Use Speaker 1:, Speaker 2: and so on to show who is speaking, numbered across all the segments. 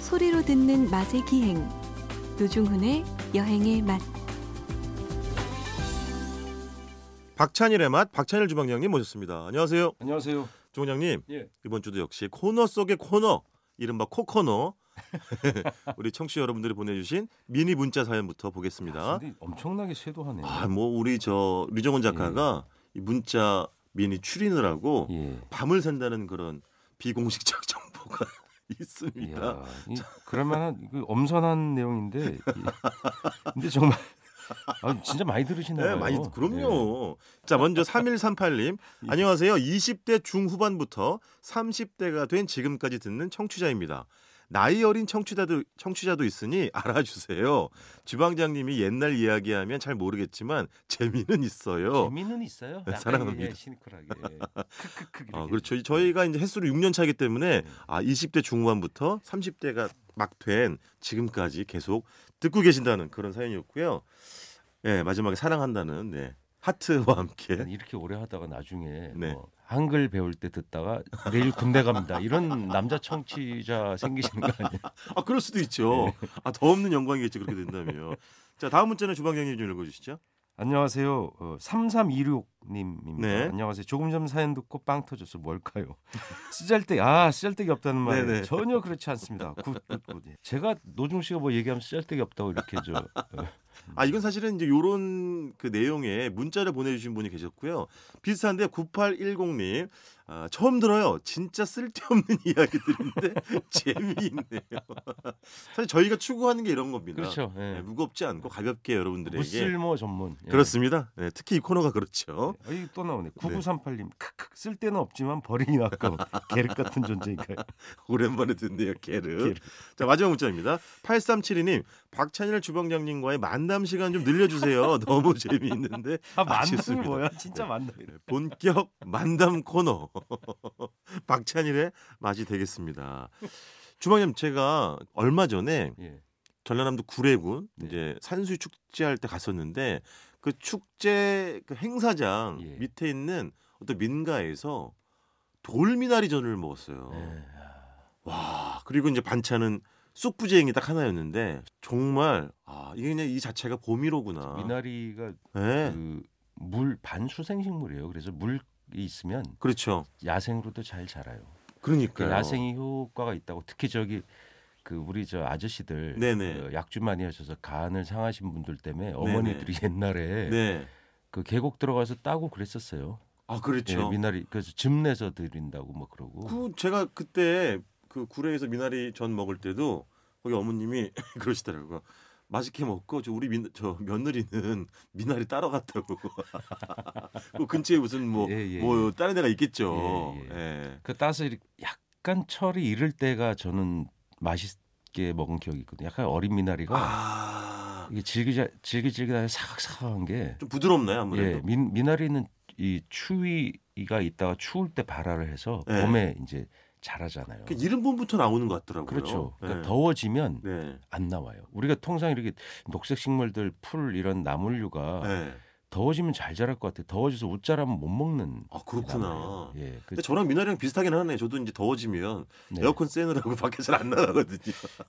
Speaker 1: 소리로 듣는 맛의 기행 노중훈의 여행의 맛
Speaker 2: 박찬일의 맛 박찬일 주방장님 모셨습니다. 안녕하세요.
Speaker 3: 안녕하세요.
Speaker 2: 주방장님
Speaker 3: 예.
Speaker 2: 이번 주도 역시 코너 속의 코너 이른바 코코너 우리 청취자 여러분들이 보내주신 미니 문자 사연부터 보겠습니다.
Speaker 3: 근데 엄청나게 쇄도하네요.
Speaker 2: 어? 아 뭐 우리 저 류정원 작가가 이 문자 미니 추린을 하고
Speaker 3: 예.
Speaker 2: 밤을 샌다는 그런 비공식적 정보가 있습니다.
Speaker 3: 이야, 이 그럴만한 그 엄선한 내용인데, 예. 근데 정말 아, 진짜 많이 들으시나요?
Speaker 2: 네, 많이 그럼요. 자, 먼저 3138님.
Speaker 3: 어, 예.
Speaker 2: 안녕하세요. 20대 중후반부터 30대가 된 지금까지 듣는 청취자입니다. 나이 어린 청취자도 청취자도 있으니 알아주세요. 주방장님이 옛날 이야기하면 잘 모르겠지만 재미는 있어요.
Speaker 3: 예. 재미는 있어요. 약간
Speaker 2: 사랑합니다.
Speaker 3: 이제 시니컬하게. 예. 크크크. 이렇게.
Speaker 2: 아, 그렇죠. 이- 저희가 이제 횟수로 6년 차기 때문에
Speaker 3: 네.
Speaker 2: 아, 20대 중후반부터 30대가 막 된 지금까지 계속 듣고 계신다는 그런 사연이었고요. 예, 마지막에 사랑한다는 네. 하트와 함께
Speaker 3: 난 이렇게 오래 하다가 나중에
Speaker 2: 네.
Speaker 3: 뭐 한글 배울 때 듣다가 내일 군대 갑니다. 이런 남자 청취자 생기시는 거 아니에요?
Speaker 2: 아 그럴 수도 있죠.
Speaker 3: 네.
Speaker 2: 아 더 없는 영광이겠지 그렇게 된다면. 자 다음 문자는 주방장님 좀 읽어주시죠.
Speaker 3: 안녕하세요. 어, 3326님입니다.
Speaker 2: 네.
Speaker 3: 안녕하세요. 조금 전 사연 듣고 빵 터졌어. 뭘까요? 쓰잘데기 아 쓰잘데기 없다는 말
Speaker 2: 네네.
Speaker 3: 전혀 그렇지 않습니다. 굿굿굿. 예. 제가 노중 씨가 뭐 얘기하면 쓰잘데기 없다고 이렇게 저 어,
Speaker 2: 아 이건 사실은 이제 요런 그 내용에 문자를 보내주신 분이 계셨고요. 비슷한데 9810님 아, 처음 들어요. 진짜 쓸데없는 이야기들인데 재미있네요. 사실 저희가 추구하는 게 이런 겁니다.
Speaker 3: 그렇죠. 예.
Speaker 2: 네, 무겁지 않고 가볍게 여러분들에게
Speaker 3: 무쓸모 전문. 예.
Speaker 2: 그렇습니다. 네, 특히 이 코너가 그렇죠.
Speaker 3: 아, 이게 또 나오네. 9938님 크크 쓸 데는 없지만 버리긴 아까워. 계륵 같은 존재니까요.
Speaker 2: 오랜만에 듣네요, 게르.
Speaker 3: 게르.
Speaker 2: 자, 마지막 문자입니다. 8372님, 박찬일 주방장님과의 만남 시간 좀 늘려주세요. 너무 재미있는데.
Speaker 3: 아 만남이
Speaker 2: 아쉽습니다. 네.
Speaker 3: 뭐야? 진짜 만남이래.
Speaker 2: 본격 만담 코너. 박찬일의 맛이 되겠습니다. 주방장님, 제가 얼마 전에
Speaker 3: 예.
Speaker 2: 전라남도 구례군
Speaker 3: 네.
Speaker 2: 이제 산수유 축제할 때 갔었는데 그 축제 그 행사장
Speaker 3: 예.
Speaker 2: 밑에 있는 어떤 민가에서 돌미나리전을 먹었어요.
Speaker 3: 예.
Speaker 2: 와 그리고 이제 반찬은 쑥부쟁이 딱 하나였는데 정말 아 이게 그냥 이 자체가 봄이로구나.
Speaker 3: 미나리가
Speaker 2: 아. 네,
Speaker 3: 그 물 반수생식물이에요. 그래서 물이 있으면
Speaker 2: 그렇죠.
Speaker 3: 야생으로도 잘 자라요. 그
Speaker 2: 그러니까
Speaker 3: 야생이 효과가 있다고 특히 저기 그 우리 저 아저씨들
Speaker 2: 네네.
Speaker 3: 그 약주 많이 하셔서 간을 상하신 분들 때문에 어머니들이 옛날에
Speaker 2: 네.
Speaker 3: 그 계곡 들어가서 따고 그랬었어요.
Speaker 2: 아
Speaker 3: 예,
Speaker 2: 그렇죠.
Speaker 3: 미나리 그래서 즙 내서 드린다고 뭐 그러고.
Speaker 2: 그 제가 그때 그 구례에서 미나리 전 먹을 때도 거기 어머님이 그러시더라고요. 맛있게 먹고 저 우리 민, 저 며느리는 미나리 따러 갔다고. 그 근처에 무슨 뭐 뭐
Speaker 3: 예, 예,
Speaker 2: 다른 데가 있겠죠.
Speaker 3: 예,
Speaker 2: 예.
Speaker 3: 예. 그 따서 이렇게 약간 철이 이를 때가 저는 맛있게 먹은 기억이 있거든요. 약간 어린 미나리가
Speaker 2: 아좀
Speaker 3: 이게 질기자 질기질기하게 사각사각한 게
Speaker 2: 부드럽나요
Speaker 3: 예,
Speaker 2: 아무래도.
Speaker 3: 민, 미나리는 이 추위가 있다가 추울 때 발화를 해서
Speaker 2: 예.
Speaker 3: 봄에 이제 자라잖아요.
Speaker 2: 그 이름 본부터 나오는 것 같더라고요.
Speaker 3: 그렇죠. 그러니까
Speaker 2: 네.
Speaker 3: 더워지면
Speaker 2: 네.
Speaker 3: 안 나와요. 우리가 통상 이렇게 녹색 식물들, 풀 이런 나물류가
Speaker 2: 네.
Speaker 3: 더워지면 잘 자랄 것 같아요. 더워져서 옷 자라면 못 먹는.
Speaker 2: 아 그렇구나.
Speaker 3: 나무예요. 예. 그,
Speaker 2: 근데 저랑 미나리랑 비슷하긴 하네. 저도 이제 더워지면
Speaker 3: 네.
Speaker 2: 에어컨 쐬느라고 밖에 잘 안 나가거든요.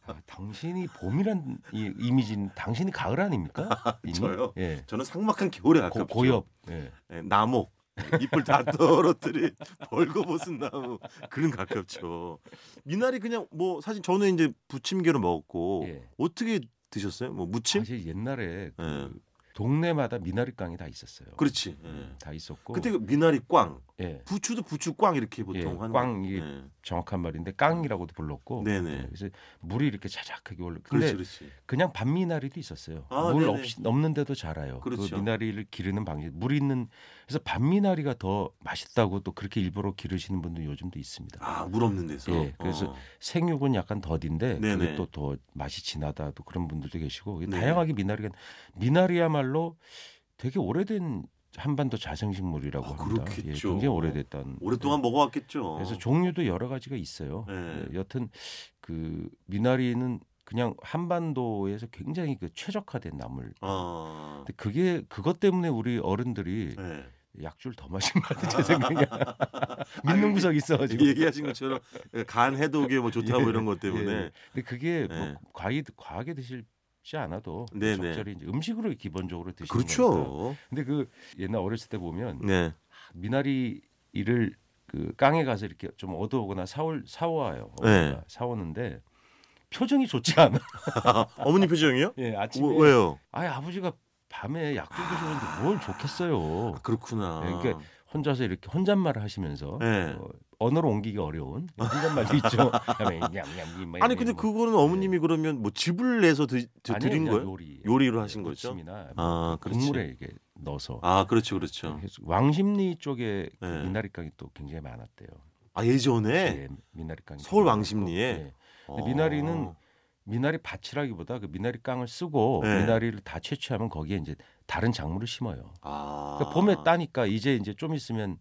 Speaker 3: 아, 당신이 봄이란 이, 이미지는 당신이 가을 아닙니까? 이미?
Speaker 2: 저요?
Speaker 3: 예.
Speaker 2: 저는 삭막한 겨울에
Speaker 3: 고,
Speaker 2: 아깝죠.
Speaker 3: 고엽. 예.
Speaker 2: 예, 나목. 예, 잎을 다 떨어뜨린 벌거벗은 나무 그런 거 아깝죠. 미나리 그냥 뭐 사실 저는 이제 부침개로 먹었고
Speaker 3: 예.
Speaker 2: 어떻게 드셨어요? 뭐 무침?
Speaker 3: 사실 옛날에 그
Speaker 2: 예.
Speaker 3: 동네마다 미나리 깡이 다 있었어요.
Speaker 2: 그렇지. 예.
Speaker 3: 음, 다 있었고.
Speaker 2: 그때 그 미나리 꽝,
Speaker 3: 예.
Speaker 2: 부추도 부추 꽝 이렇게 보통
Speaker 3: 예,
Speaker 2: 하는
Speaker 3: 꽝
Speaker 2: 거.
Speaker 3: 이게
Speaker 2: 예.
Speaker 3: 정확한 말인데 깡이라고도 불렀고
Speaker 2: 네네.
Speaker 3: 예, 그래서 물이 이렇게 자작하게 올라
Speaker 2: 그렇지,
Speaker 3: 근데
Speaker 2: 그렇지.
Speaker 3: 그냥 반미나리도 있었어요
Speaker 2: 아,
Speaker 3: 물
Speaker 2: 네네.
Speaker 3: 없이 없는데도 자라요 그
Speaker 2: 그렇죠.
Speaker 3: 미나리를 기르는 방식 물 있는 그래서 반미나리가 더 맛있다고 또 그렇게 일부러 기르시는 분도 요즘도 있습니다
Speaker 2: 아물 없는 데서.
Speaker 3: 예, 그래서
Speaker 2: 어.
Speaker 3: 생육은 약간 더딘데
Speaker 2: 네네.
Speaker 3: 그게 또 더 맛이 진하다 또 그런 분들도 계시고
Speaker 2: 네.
Speaker 3: 다양하게 미나리가 미나리야말로 되게 오래된 한반도 자생식물이라고
Speaker 2: 아,
Speaker 3: 합니다 예,
Speaker 2: 그렇겠죠.
Speaker 3: 굉장히 오래됐다는
Speaker 2: 오랫동안 먹어왔겠죠.
Speaker 3: 그래서 종류도 여러 가지가 있어요.
Speaker 2: 네.
Speaker 3: 예, 여튼 그 미나리는 그냥 한반도에서 굉장히 그 최적화된 나물.
Speaker 2: 아,
Speaker 3: 근데 그게 그것 때문에 우리 어른들이
Speaker 2: 네.
Speaker 3: 약주를 더 마신 것 같아 제 생각에 믿는 구석이 있어가지고
Speaker 2: 얘기하신 것처럼 간 해독에 뭐 좋다고 이런 것 때문에
Speaker 3: 예. 근데 그게 뭐
Speaker 2: 예.
Speaker 3: 과하게, 과하게 드시지 않아도
Speaker 2: 네, 네.
Speaker 3: 적절히 이제 음식으로 기본적으로 드시는 거니까.
Speaker 2: 그렇죠.
Speaker 3: 근데 그 옛날 어렸을 때 보면
Speaker 2: 네.
Speaker 3: 미나리 이를 그 깡에 가서 이렇게 좀 얻어오거나 사올 사와요.
Speaker 2: 네.
Speaker 3: 어머니가. 사오는데 표정이 좋지 않아.
Speaker 2: 어머니 표정이요?
Speaker 3: 예, 아침에
Speaker 2: 뭐, 왜요?
Speaker 3: 아예 아버지가 밤에 약도 드시는데 뭘 좋겠어요.
Speaker 2: 아, 그렇구나.
Speaker 3: 예, 그러니까 혼자서 이렇게 혼잣말을 하시면서
Speaker 2: 네.
Speaker 3: 어, 언어로 옮기기 어려운 혼잣말도 있죠. 그다음에 냠냠이 뭐
Speaker 2: 아니 근데
Speaker 3: 뭐.
Speaker 2: 그거는 어머님이 그러면 뭐 집을 내서 드, 드,
Speaker 3: 아니에요,
Speaker 2: 드린
Speaker 3: 그냥
Speaker 2: 거예요?
Speaker 3: 요리.
Speaker 2: 요리로 하신 거죠?
Speaker 3: 무침이나 뭐
Speaker 2: 아, 그렇지.
Speaker 3: 국물에 이게 넣어서.
Speaker 2: 아, 그렇죠, 그렇죠.
Speaker 3: 그래서 왕십리 쪽에 그
Speaker 2: 네.
Speaker 3: 미나리 깡이 또 굉장히 많았대요.
Speaker 2: 아 예전에
Speaker 3: 예, 미나리 예. 깡.
Speaker 2: 서울 왕십리에? 어.
Speaker 3: 근데 미나리는 미나리 밭이라기보다 그 미나리 깡을 쓰고
Speaker 2: 네.
Speaker 3: 미나리를 다 채취하면 거기에 이제 다른 작물을 심어요.
Speaker 2: 아.
Speaker 3: 그러니까 봄에 따니까 이제 이제 좀 있으면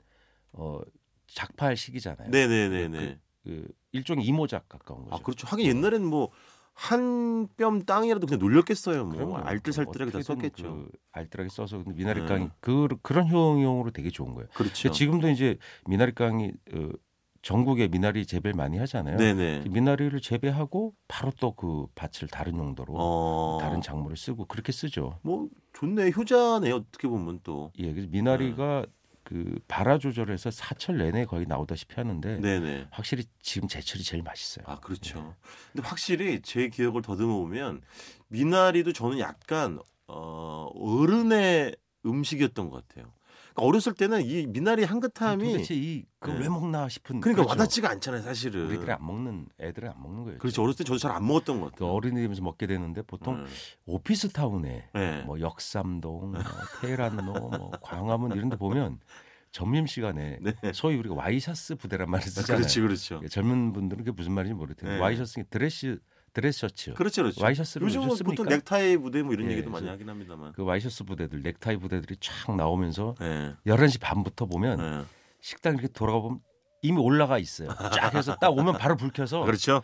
Speaker 3: 어 작팔 시기잖아요.
Speaker 2: 네네네네.
Speaker 3: 그 일종의 이모작 가까운 거죠.
Speaker 2: 아 그렇죠. 하긴 옛날에는 뭐한 뼘 땅이라도 그냥 놀렸겠어요. 뭐
Speaker 3: 그럼요.
Speaker 2: 알뜰살뜰하게 다
Speaker 3: 어떻게든
Speaker 2: 썼겠죠.
Speaker 3: 그 알뜰하게 써서 근데 미나리
Speaker 2: 네.
Speaker 3: 깡이 그, 그런 효용으로 되게 좋은 거예요.
Speaker 2: 그, 렇죠
Speaker 3: 근데 지금도 이제 미나리 깡이 어, 전국에 미나리 재배를 많이 하잖아요.
Speaker 2: 네네.
Speaker 3: 미나리를 재배하고 바로 또 그 밭을 다른 용도로
Speaker 2: 어.
Speaker 3: 뭐 다른 작물을 쓰고 그렇게 쓰죠.
Speaker 2: 뭐 좋네 효자네 어떻게 보면 또.
Speaker 3: 예, 그래서 미나리가 그 발화 조절해서 사철 내내 거의 나오다시피 하는데
Speaker 2: 네네.
Speaker 3: 확실히 지금 제철이 제일 맛있어요.
Speaker 2: 아 그렇죠. 근데 확실히 제 기억을 더듬어 보면 미나리도 저는 약간 어 어른의 음식이었던 것 같아요. 그러니까 어렸을 때는 이 미나리
Speaker 3: 아니,
Speaker 2: 한그탐이
Speaker 3: 도대체 이그왜
Speaker 2: 네.
Speaker 3: 먹나 싶은
Speaker 2: 그러니까
Speaker 3: 그렇죠.
Speaker 2: 와닿지가 않잖아요, 사실은.
Speaker 3: 우리들이 안 먹는 애들은 안 먹는 거예요.
Speaker 2: 그렇죠. 어렸을 때 저도 잘 안 먹었던 것 같아요.
Speaker 3: 어린이 되면서 먹게 되는데 보통
Speaker 2: 네.
Speaker 3: 오피스 타운에
Speaker 2: 네.
Speaker 3: 뭐 역삼동, 뭐 테헤란로, 뭐 광화문 이런 데 보면 점심 시간에
Speaker 2: 네.
Speaker 3: 소위 우리가 와이셔츠 부대란 말을 쓰잖아요.
Speaker 2: 그렇지, 그렇죠.
Speaker 3: 그러니까 젊은 분들은 그게 무슨 말인지 모를 텐데
Speaker 2: 네.
Speaker 3: 와이셔츠 드레스 드레스 셔츠
Speaker 2: 그렇죠, 그렇죠.
Speaker 3: 와이셔츠를
Speaker 2: 요즘은
Speaker 3: 요즘
Speaker 2: 보통
Speaker 3: 씁니까?
Speaker 2: 넥타이 부대 뭐 이런
Speaker 3: 예,
Speaker 2: 얘기도 많이
Speaker 3: 요즘-
Speaker 2: 하긴 합니다만.
Speaker 3: 그 와이셔츠 부대들 넥타이 부대들이 쫙 나오면서
Speaker 2: 예.
Speaker 3: 11시 반부터 보면
Speaker 2: 예.
Speaker 3: 식당 이렇게 돌아가 보면 이미 올라가 있어요. 쫙 해서 딱 오면 바로 불 켜서 그
Speaker 2: 그렇죠,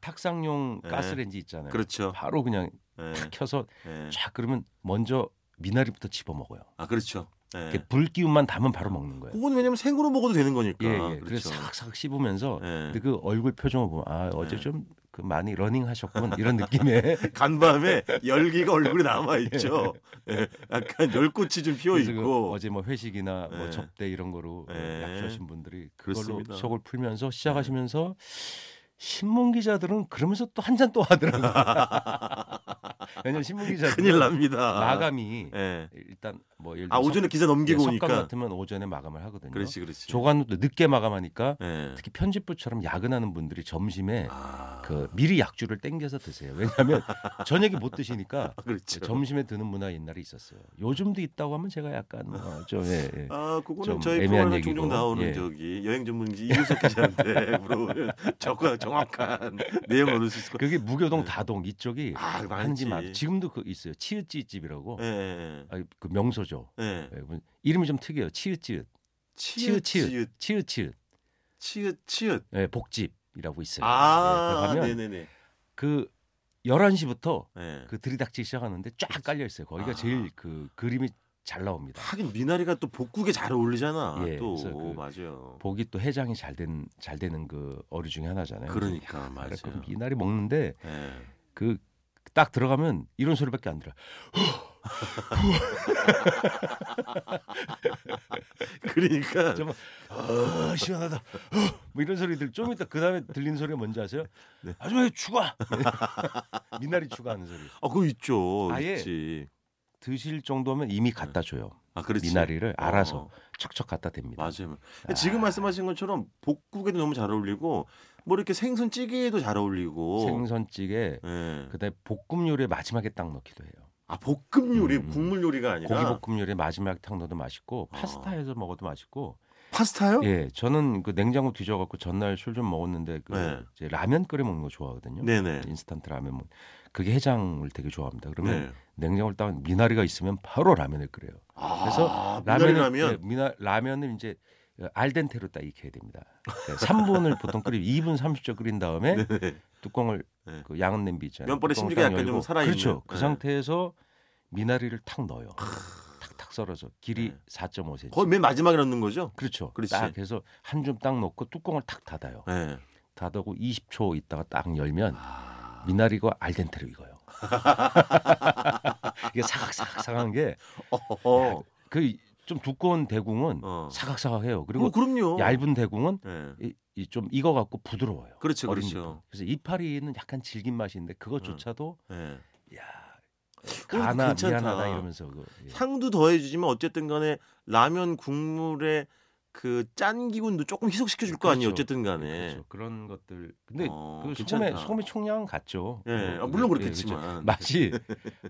Speaker 3: 탁상용
Speaker 2: 네.
Speaker 3: 가스레인지 있잖아요.
Speaker 2: 그렇죠.
Speaker 3: 바로 그냥
Speaker 2: 예.
Speaker 3: 탁 켜서
Speaker 2: 예.
Speaker 3: 쫙 그러면 먼저 미나리부터 집어 먹어요.
Speaker 2: 아 그렇죠. 예.
Speaker 3: 이렇게 불 기운만 담으면 바로 먹는 거예요.
Speaker 2: 그건 왜냐면 생으로 먹어도 되는 거니까.
Speaker 3: 예, 예. 그래
Speaker 2: 그렇죠.
Speaker 3: 서 싹싹 씹으면서
Speaker 2: 예.
Speaker 3: 근데 그 얼굴 표정을 보면 아 어제
Speaker 2: 네.
Speaker 3: 좀 그 많이 러닝하셨군 이런 느낌에
Speaker 2: 간밤에 열기가 얼굴에 남아 있죠. 예. 약간 열꽃이 좀 피어
Speaker 3: 그래서 그
Speaker 2: 있고.
Speaker 3: 어제 뭐 회식이나 뭐
Speaker 2: 네.
Speaker 3: 접대 이런 거로
Speaker 2: 네.
Speaker 3: 약주하신 분들이 그걸로
Speaker 2: 그렇습니다. 예.
Speaker 3: 속을 풀면서 시작하시면서 신문 기자들은 그러면서 또 한 잔 또 하더라고요. 왜냐면 신문 기자들
Speaker 2: 큰일 납니다.
Speaker 3: 마감이
Speaker 2: 예.
Speaker 3: 일단 뭐 예를
Speaker 2: 아
Speaker 3: 들어
Speaker 2: 오전에 기사
Speaker 3: 석-
Speaker 2: 넘기고
Speaker 3: 예,
Speaker 2: 오니까.
Speaker 3: 석간 같으면 오전에 마감을 하거든요.
Speaker 2: 그렇지, 그렇지.
Speaker 3: 조간도 늦게 마감하니까
Speaker 2: 예.
Speaker 3: 특히 편집부처럼 야근하는 분들이 점심에
Speaker 2: 아,
Speaker 3: 그 미리 약주를 땡겨서 드세요. 왜냐하면 저녁에 못 드시니까
Speaker 2: 아, 그렇죠.
Speaker 3: 점심에 드는 문화 옛날에 있었어요. 요즘도 있다고 하면 제가 약간 어, 좀 예, 예.
Speaker 2: 아, 그거는
Speaker 3: 좀
Speaker 2: 저희
Speaker 3: 애매한
Speaker 2: 프로그램에
Speaker 3: 얘기고.
Speaker 2: 종종 나오는
Speaker 3: 예.
Speaker 2: 저기 여행 전문지 이윤석 기자한테 물어보면 적과 정확한 내용 얻을 수 있을 것 같아요.
Speaker 3: 그게 무교동
Speaker 2: 네.
Speaker 3: 다동 이쪽이
Speaker 2: 아,
Speaker 3: 그 하는지 말.
Speaker 2: 많지.
Speaker 3: 지금도 그 있어요. 치읓찌 집이라고.
Speaker 2: 예, 예,
Speaker 3: 아, 그 명소죠.
Speaker 2: 예. 예.
Speaker 3: 예, 뭐 이름이 좀 특이해요. 치읓찌읓,
Speaker 2: 치읓, 치읓,
Speaker 3: 치읓찌읓,
Speaker 2: 치읓, 치읓.
Speaker 3: 예, 복집이라고 있어요.
Speaker 2: 아, 네,
Speaker 3: 네. 예, 그러면
Speaker 2: 네, 네.
Speaker 3: 그 11시부터
Speaker 2: 예.
Speaker 3: 그 들이닥치기 시작하는데 쫙 깔려 있어요. 거기가
Speaker 2: 아.
Speaker 3: 제일 그 그림이 잘 나옵니다.
Speaker 2: 하긴 미나리가 또 복국에 잘 어울리잖아.
Speaker 3: 예,
Speaker 2: 또
Speaker 3: 그래서 그-
Speaker 2: 맞아요.
Speaker 3: 복이 또 해장이 잘 된 잘 되는 그 어류 중에 하나잖아요.
Speaker 2: 그러니까 맞아요.
Speaker 3: 그래서 그 미나리 먹는데
Speaker 2: 예.
Speaker 3: 그 딱 들어가면 이런 소리밖에 안 들어.
Speaker 2: 그러니까
Speaker 3: 정말 아, 시원하다. 어, 뭐 이런 소리들 좀 이따 그 다음에 들리는 소리가 뭔지 아세요?
Speaker 2: 네.
Speaker 3: 아줌마 추가. 미나리 추가하는 소리.
Speaker 2: 아 그거 있죠.
Speaker 3: 아예-
Speaker 2: 있지.
Speaker 3: 드실 정도면 이미 갖다 줘요.
Speaker 2: 아 그렇지.
Speaker 3: 미나리를 알아서
Speaker 2: 어,
Speaker 3: 척척 갖다 댑니다.
Speaker 2: 맞아요. 지금 말씀하신 것처럼 복국에도 너무 잘 어울리고 뭐 이렇게 생선 찌개에도 잘 어울리고.
Speaker 3: 생선찌개
Speaker 2: 예.
Speaker 3: 그다음에 볶음 요리에 마지막에 딱 넣기도 해요.
Speaker 2: 아 볶음 요리,
Speaker 3: 음.
Speaker 2: 국물 요리가 아니라
Speaker 3: 고기 볶음 요리에 마지막에 탁 넣어도 맛있고
Speaker 2: 네. 아.
Speaker 3: 파스타에서 먹어도 맛있고
Speaker 2: 파스타요?
Speaker 3: 예 저는 그 냉장고 뒤져갖고 전날 술 좀 먹었는데 그
Speaker 2: 네.
Speaker 3: 이제 라면 끓여 먹는 거 좋아하거든요.
Speaker 2: 네네.
Speaker 3: 인스턴트 라면 뭐. 그게 해장을 되게 좋아합니다. 그러면
Speaker 2: 네.
Speaker 3: 냉장고를 딱 미나리가 있으면 바로 라면을 끓여요.
Speaker 2: 아,
Speaker 3: 그래서
Speaker 2: 미나리
Speaker 3: 라면을-
Speaker 2: 라면.
Speaker 3: 예, 미나, 라면을 이제 알덴테로 딱 익혀야 됩니다. 그러니까 3분을 보통 끓이면 2분 30초 끓인 다음에
Speaker 2: 네네.
Speaker 3: 뚜껑을
Speaker 2: 네.
Speaker 3: 그 양은 냄비 있잖아요.
Speaker 2: 면발의
Speaker 3: 뚜껑을
Speaker 2: 심지가
Speaker 3: 딱
Speaker 2: 약간
Speaker 3: 그렇죠.
Speaker 2: 좀 네.
Speaker 3: 열고.
Speaker 2: 살아있는.
Speaker 3: 그렇죠. 그
Speaker 2: 네.
Speaker 3: 상태에서 미나리를 탁 넣어요. 탁 탁 썰어서 길이
Speaker 2: 아. 네.
Speaker 3: 4.5cm.
Speaker 2: 거의 맨 마지막에 넣는 거죠?
Speaker 3: 그렇죠.
Speaker 2: 그렇지.
Speaker 3: 딱 해서 한 줌 딱 넣고 뚜껑을 탁 닫아요.
Speaker 2: 네.
Speaker 3: 닫아고 20초 있다가 딱 열면
Speaker 2: 아,
Speaker 3: 미나리가 알덴테로 익어요. 이게 사각사각사각한
Speaker 2: 어허.
Speaker 3: 게 그 좀 두꺼운 대궁은
Speaker 2: 어.
Speaker 3: 사각사각해요.
Speaker 2: 그리고
Speaker 3: 그리고
Speaker 2: 그럼요.
Speaker 3: 얇은 대궁은
Speaker 2: 예.
Speaker 3: 이- 이좀 익어갖고 부드러워요.
Speaker 2: 그렇죠,
Speaker 3: 어린
Speaker 2: 그렇죠.
Speaker 3: 잎은. 그래서 이파리는 약간 질긴 맛이 있는데 그것조차도
Speaker 2: 예.
Speaker 3: 야 가나
Speaker 2: 괜찮다.
Speaker 3: 그 미안하다 이러면서 그, 예.
Speaker 2: 향도 더해주지만 어쨌든 간에 라면 국물의 그 짠 기운도 조금 희석시켜 줄 거 아니에요.
Speaker 3: 그렇죠.
Speaker 2: 어쨌든 간에.
Speaker 3: 그렇죠. 그런 것들 근데
Speaker 2: 어,
Speaker 3: 그 소매
Speaker 2: 괜찮다.
Speaker 3: 소매 총량은 같죠.
Speaker 2: 예,
Speaker 3: 어,
Speaker 2: 아, 물론
Speaker 3: 그, 그렇죠.
Speaker 2: 그렇겠지만.
Speaker 3: 맛이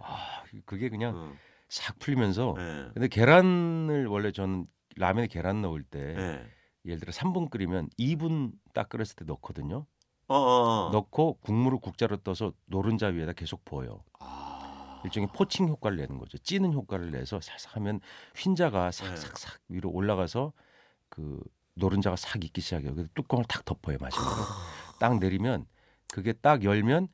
Speaker 3: 아 그게 그냥
Speaker 2: 음,
Speaker 3: 싹 풀리면서
Speaker 2: 예.
Speaker 3: 근데 계란을 원래 저는 라면에 계란 넣을 때
Speaker 2: 예.
Speaker 3: 예를 들어 3분 끓이면 2분 딱 끓였을 때 넣거든요.
Speaker 2: 어, 어. 어.
Speaker 3: 넣고 국물을 국자로 떠서 노른자 위에다 계속 부어요.
Speaker 2: 아.
Speaker 3: 일종의 포칭 효과를 내는 거죠. 찌는 효과를 내서 살짝 하면 흰자가
Speaker 2: 네.
Speaker 3: 싹싹싹 위로 올라가서 그 노른자가 싹 익기 시작해요. 그래서 뚜껑을 탁 덮어요 마시면
Speaker 2: 아.
Speaker 3: 딱 내리면 그게 딱 열면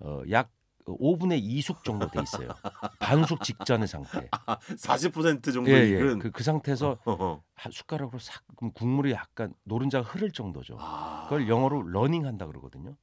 Speaker 3: 어, 약 5분의 2숙 정도 돼 있어요. 반숙 직전의 상태.
Speaker 2: 40% 정도
Speaker 3: 예, 예.
Speaker 2: 익은
Speaker 3: 그, 그 상태에서
Speaker 2: 아, 어, 어.
Speaker 3: 한 숟가락으로 싹 그럼 국물이 약간 노른자가 흐를 정도죠.
Speaker 2: 아.
Speaker 3: 그걸 영어로 러닝한다 그러거든요.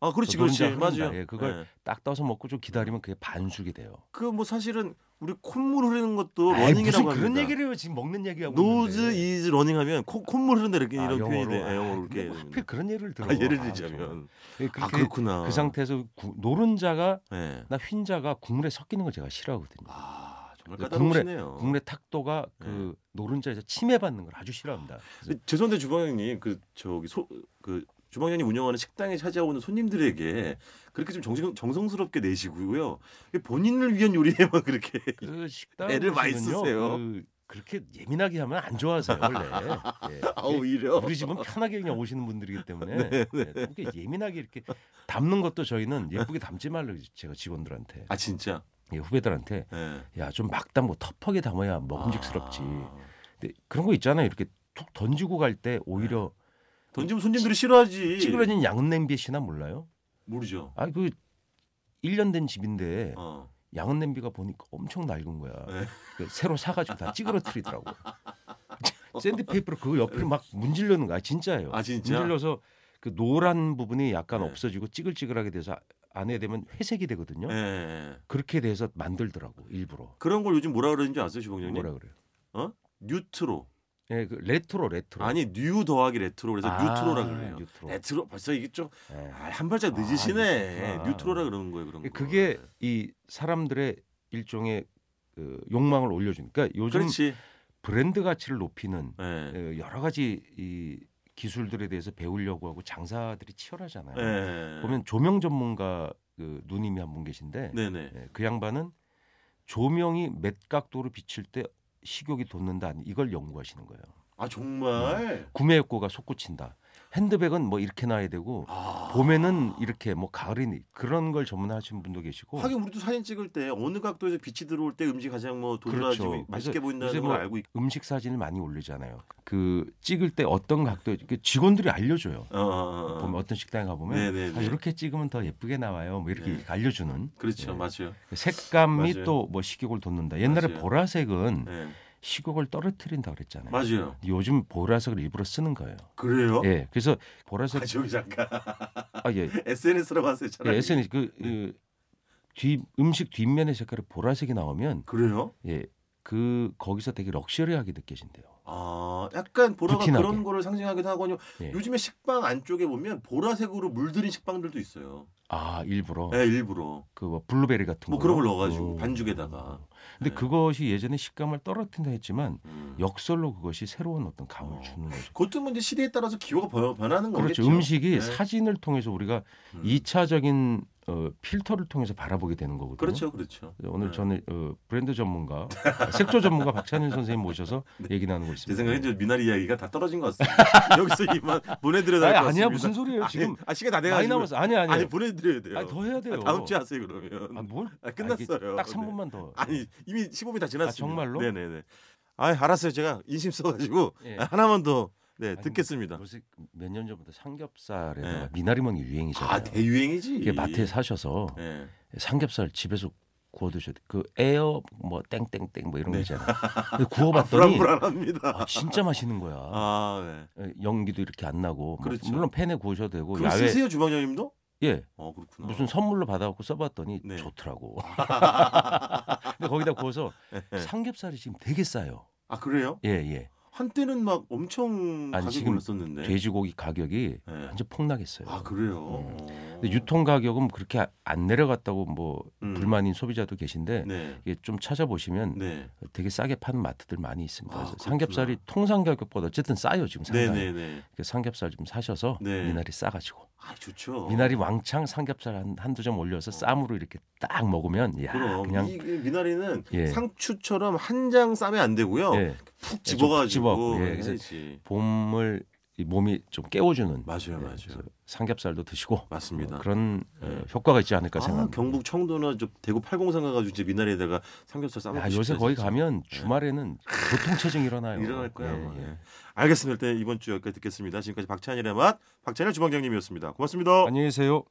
Speaker 2: 아, 그렇지.
Speaker 3: 그 노른자
Speaker 2: 그렇지. 맞아요.
Speaker 3: 흐른다. 예, 그걸
Speaker 2: 예.
Speaker 3: 딱 떠서 먹고 좀 기다리면 그게 반숙이 돼요.
Speaker 2: 그 뭐 사실은 우리 콧물 흐르는 것도
Speaker 3: 아이,
Speaker 2: 러닝이라고
Speaker 3: 무슨 그런
Speaker 2: 합니다.
Speaker 3: 얘기를 해요. 지금 먹는 얘기하고
Speaker 2: 노즈
Speaker 3: 있는데.
Speaker 2: 이즈 러닝하면 코, 콧물 흐른다 이렇게
Speaker 3: 아,
Speaker 2: 이런 표현이
Speaker 3: 영어로.
Speaker 2: 돼.
Speaker 3: 아,
Speaker 2: 아, 영어로
Speaker 3: 근데
Speaker 2: 이렇게.
Speaker 3: 뭐 하필 그런 예를 들어.
Speaker 2: 아, 예를
Speaker 3: 아, 좀.
Speaker 2: 들자면
Speaker 3: 예,
Speaker 2: 아,
Speaker 3: 그렇게
Speaker 2: 그렇구나.
Speaker 3: 그 상태에서 구- 노른자가
Speaker 2: 예.
Speaker 3: 나 흰자가 국물에 섞이는 걸 제가 싫어하거든요.
Speaker 2: 아 정말
Speaker 3: 근데
Speaker 2: 까다로우시네요.
Speaker 3: 그 국물의 탁도가 그
Speaker 2: 네.
Speaker 3: 노른자에서 침해받는 걸 아주 싫어합니다. 그래서
Speaker 2: 근데 죄송한데 주방장님 그 저기 소 그 주방장님 운영하는 식당에 찾아오는 손님들에게 그렇게 좀 정성, 정성스럽게 내시고요. 본인을 위한 요리에만 그렇게
Speaker 3: 그 식당
Speaker 2: 애를 많이
Speaker 3: 음식은요,
Speaker 2: 쓰세요.
Speaker 3: 그, 그렇게 예민하게 하면 안 좋아하세요 원래. 예.
Speaker 2: 아 오히려
Speaker 3: 우리 집은 편하게 그냥 오시는 분들이기
Speaker 2: 네,
Speaker 3: 때문에 예, 그렇게 예민하게 이렇게 담는 것도 저희는 예쁘게 담지 말라고 제가 직원들한테
Speaker 2: 아 진짜.
Speaker 3: 예, 후배들한테
Speaker 2: 예.
Speaker 3: 야 좀 막 담고 터프하게 담아야 먹음직스럽지.
Speaker 2: 아,
Speaker 3: 근데 그런 거 있잖아요. 이렇게 툭 던지고 갈 때 오히려
Speaker 2: 던지면 손님들이 싫어하지.
Speaker 3: 찌그러진 양은냄비의 신화 몰라요?
Speaker 2: 모르죠.
Speaker 3: 아 그 1년 된 집인데
Speaker 2: 어.
Speaker 3: 양은냄비가 보니까 엄청 낡은 거야.
Speaker 2: 네.
Speaker 3: 그 새로 사가지고 다 찌그러뜨리더라고. 샌드페이퍼로 그거 옆을 막 문질르는 거야. 진짜예요.
Speaker 2: 아 진짜.
Speaker 3: 네. 문질러서 그 노란 부분이 약간
Speaker 2: 네.
Speaker 3: 없어지고 찌글찌글하게 돼서 아, 안에 되면 회색이 되거든요.
Speaker 2: 예, 예.
Speaker 3: 그렇게 돼서 만들더라고 일부러.
Speaker 2: 그런 걸 요즘 뭐라 그러는지 아세요, 주방장님?
Speaker 3: 뭐라 그래요?
Speaker 2: 뉴트로.
Speaker 3: 예, 그 레트로 레트로.
Speaker 2: 아니 뉴 더하기 레트로 그래서
Speaker 3: 아,
Speaker 2: 뉴트로라 그래요. 네.
Speaker 3: 뉴트로.
Speaker 2: 레트로 벌써 이게 좀 한
Speaker 3: 예.
Speaker 2: 발짝
Speaker 3: 아,
Speaker 2: 늦으시네.
Speaker 3: 그렇구나.
Speaker 2: 뉴트로라 그러는 거예요, 그런 거.
Speaker 3: 그게 이 사람들의 일종의 그 욕망을 올려주니까 요즘
Speaker 2: 그렇지.
Speaker 3: 브랜드 가치를 높이는
Speaker 2: 예.
Speaker 3: 어, 여러 가지 이 기술들에 대해서 배우려고 하고 장사들이 치열하잖아요.
Speaker 2: 예.
Speaker 3: 보면 조명 전문가 그 누님이 한 분 계신데
Speaker 2: 네네.
Speaker 3: 예, 그 양반은 조명이 몇 각도로 비칠 때 식욕이 돋는다 아니, 이걸 연구하시는 거예요.
Speaker 2: 아 정말.
Speaker 3: 구매 욕구가 솟구친다. 핸드백은 뭐 이렇게 놔야 되고
Speaker 2: 아.
Speaker 3: 봄에는 이렇게 뭐 가을이니 그런 걸 전문하시는 분도 계시고
Speaker 2: 하긴 우리도 사진 찍을 때 어느 각도에서 빛이 들어올 때 음식 가장 뭐 도드라지고
Speaker 3: 그렇죠.
Speaker 2: 맛있게
Speaker 3: 요새
Speaker 2: 보인다는
Speaker 3: 뭐
Speaker 2: 걸 알고 있.
Speaker 3: 음식 사진을 많이 올리잖아요. 그 찍을 때 어떤 각도 그 직원들이 알려줘요.
Speaker 2: 어, 어, 어.
Speaker 3: 보면 어떤 식당에 가 보면
Speaker 2: 네네네.
Speaker 3: 아, 이렇게 찍으면 더 예쁘게 나와요. 뭐 이렇게
Speaker 2: 네.
Speaker 3: 알려주는
Speaker 2: 그렇죠,
Speaker 3: 예.
Speaker 2: 맞아요.
Speaker 3: 색감이
Speaker 2: 맞아요.
Speaker 3: 또 뭐 식욕을 돋는다. 옛날에
Speaker 2: 맞아요.
Speaker 3: 보라색은
Speaker 2: 예.
Speaker 3: 식욕을 떨어뜨린다 그랬잖아요.
Speaker 2: 맞아요.
Speaker 3: 요즘 보라색을 일부러 쓰는 거예요.
Speaker 2: 그래요?
Speaker 3: 예, 그래서
Speaker 2: 아
Speaker 3: 보라색
Speaker 2: 저기 잠깐
Speaker 3: 아 예,
Speaker 2: SNS라고 하세요, 차라리.
Speaker 3: 예 SNS 그,
Speaker 2: 네.
Speaker 3: 그 뒤, 음식 뒷면의 색깔이 보라색이 나오면
Speaker 2: 그래요?
Speaker 3: 예, 그 거기서 되게 럭셔리하게 느껴진대요.
Speaker 2: 아, 약간 보라가
Speaker 3: 부티나게.
Speaker 2: 그런 거를 상징하기도 하거든요.
Speaker 3: 예.
Speaker 2: 요즘에 식빵 안쪽에 보면 보라색으로 물들인 식빵들도 있어요.
Speaker 3: 아 일부러
Speaker 2: 예, 일부러.
Speaker 3: 그 뭐 블루베리 같은
Speaker 2: 뭐
Speaker 3: 거
Speaker 2: 그런 걸 넣어가지고 반죽에다가.
Speaker 3: 근데
Speaker 2: 네.
Speaker 3: 그것이 예전에 식감을 떨어뜨린다 했지만
Speaker 2: 음.
Speaker 3: 역설로 그것이 새로운 어떤 감을
Speaker 2: 어.
Speaker 3: 주는 거죠.
Speaker 2: 그것도 뭐 이제 시대에 따라서 기호가 변, 변하는
Speaker 3: 그렇죠.
Speaker 2: 거겠죠.
Speaker 3: 음식이
Speaker 2: 네.
Speaker 3: 사진을 통해서 우리가
Speaker 2: 음.
Speaker 3: 이차적인 어, 필터를 통해서 바라보게 되는 거거든요.
Speaker 2: 그렇죠, 그렇죠.
Speaker 3: 오늘
Speaker 2: 네.
Speaker 3: 저는 어, 브랜드 전문가, 색조 전문가 박찬현 선생님 모셔서 얘기 나누고
Speaker 2: 네. 제
Speaker 3: 있습니다.
Speaker 2: 생각에 이제 미나리 이야기가 다 떨어진 것 같습니다. 여기서 이만 보내드려야 될 것
Speaker 3: 아니,
Speaker 2: 같습니다.
Speaker 3: 아니야 무슨 소리예요 지금
Speaker 2: 아, 시간 다
Speaker 3: 많이
Speaker 2: 돼가지고.
Speaker 3: 남았어. 아니 아니.
Speaker 2: 아니 보내드려야 돼요.
Speaker 3: 아니 더 해야 돼요.
Speaker 2: 다음 주에 하세요 그러면.
Speaker 3: 아, 뭘?
Speaker 2: 아, 끝났어요.
Speaker 3: 딱
Speaker 2: 네.
Speaker 3: 3분만 더.
Speaker 2: 아니 이미 15분 다 지났습니다.
Speaker 3: 아, 정말로?
Speaker 2: 네네네. 아 알았어요. 제가 인심 써가지고
Speaker 3: 예.
Speaker 2: 아, 하나만 더 네,
Speaker 3: 아니, 뭐,
Speaker 2: 듣겠습니다.
Speaker 3: 요새 몇년 전부터 삼겹살에다가
Speaker 2: 예. 네.
Speaker 3: 미나리멍이 유행이잖아요.
Speaker 2: 아 대유행이지.
Speaker 3: 이게 마트에 사셔서
Speaker 2: 예.
Speaker 3: 삼겹살 집에서 구워 드셔도 그 에어 뭐 땡땡땡 뭐 이런 거
Speaker 2: 네.
Speaker 3: 있잖아요. 근데 구워봤더니
Speaker 2: 불안불안합니다.
Speaker 3: 아, 진짜 맛있는 거야.
Speaker 2: 아, 네.
Speaker 3: 예, 연기도 이렇게 안 나고 뭐
Speaker 2: 그렇죠.
Speaker 3: 물론 팬에 구우셔도 되고
Speaker 2: 그럼
Speaker 3: 뭐 야외
Speaker 2: 쓰세요 주방장님도?
Speaker 3: 예
Speaker 2: 어 그렇구나.
Speaker 3: 무슨 선물로 받아갖고 써봤더니
Speaker 2: 네.
Speaker 3: 좋더라고. 근데 거기다 구워서
Speaker 2: 예.
Speaker 3: 삼겹살이 지금 되게 싸요.
Speaker 2: 아 그래요?
Speaker 3: 예 예.
Speaker 2: 한때는 막 엄청
Speaker 3: 아니,
Speaker 2: 가격이
Speaker 3: 지금
Speaker 2: 올랐었는데.
Speaker 3: 돼지고기 가격이
Speaker 2: 네.
Speaker 3: 완전 폭락했어요.
Speaker 2: 아 그래요.
Speaker 3: 음.
Speaker 2: 어.
Speaker 3: 근데 유통 가격은 그렇게 아- 안 내려갔다고 뭐
Speaker 2: 음.
Speaker 3: 불만인 소비자도 계신데
Speaker 2: 네.
Speaker 3: 이게 좀 찾아보시면
Speaker 2: 네.
Speaker 3: 되게 싸게 파는 마트들 많이 있습니다.
Speaker 2: 아,
Speaker 3: 그래서
Speaker 2: 그렇구나.
Speaker 3: 삼겹살이 통상 가격보다 어쨌든 싸요 지금
Speaker 2: 네,
Speaker 3: 상당히.
Speaker 2: 네, 네.
Speaker 3: 그 삼겹살 좀 사셔서
Speaker 2: 네.
Speaker 3: 미나리 싸가지고
Speaker 2: 아 좋죠.
Speaker 3: 미나리 뭐, 왕창 삼겹살 한, 한두 점 올려서 쌈으로 이렇게 딱 먹으면 야
Speaker 2: 어. 그럼
Speaker 3: 그냥
Speaker 2: 이, 이 미나리는
Speaker 3: 예.
Speaker 2: 상추처럼 한 장 싸면 안 되고요.
Speaker 3: 예,
Speaker 2: 푹
Speaker 3: 좀
Speaker 2: 집어가지고 네,
Speaker 3: 집어갖고, 예, 그래서-
Speaker 2: 해야지.
Speaker 3: 봄을 이 몸이 좀 깨워주는
Speaker 2: 맞아요,
Speaker 3: 예,
Speaker 2: 맞아요.
Speaker 3: 그래서 삼겹살도 드시고
Speaker 2: 맞습니다.
Speaker 3: 어, 그런
Speaker 2: 예.
Speaker 3: 어, 효과가 있지 않을까
Speaker 2: 아,
Speaker 3: 생각합니다.
Speaker 2: 경북 청도나 저 대구 팔공산 가가지고 이제 미나리에다가 삼겹살 싸먹고
Speaker 3: 야, 요새
Speaker 2: 싶다,
Speaker 3: 거기
Speaker 2: 진짜.
Speaker 3: 가면 주말에는 보통 체증 일어나요.
Speaker 2: 네. 일어날 거야.
Speaker 3: 예,
Speaker 2: 아마.
Speaker 3: 예.
Speaker 2: 예. 알겠습니다. 일단 이번 주 여기까지 듣겠습니다. 지금까지 박찬일의 맛 박찬일 주방장님이었습니다. 고맙습니다.
Speaker 3: 안녕히 계세요.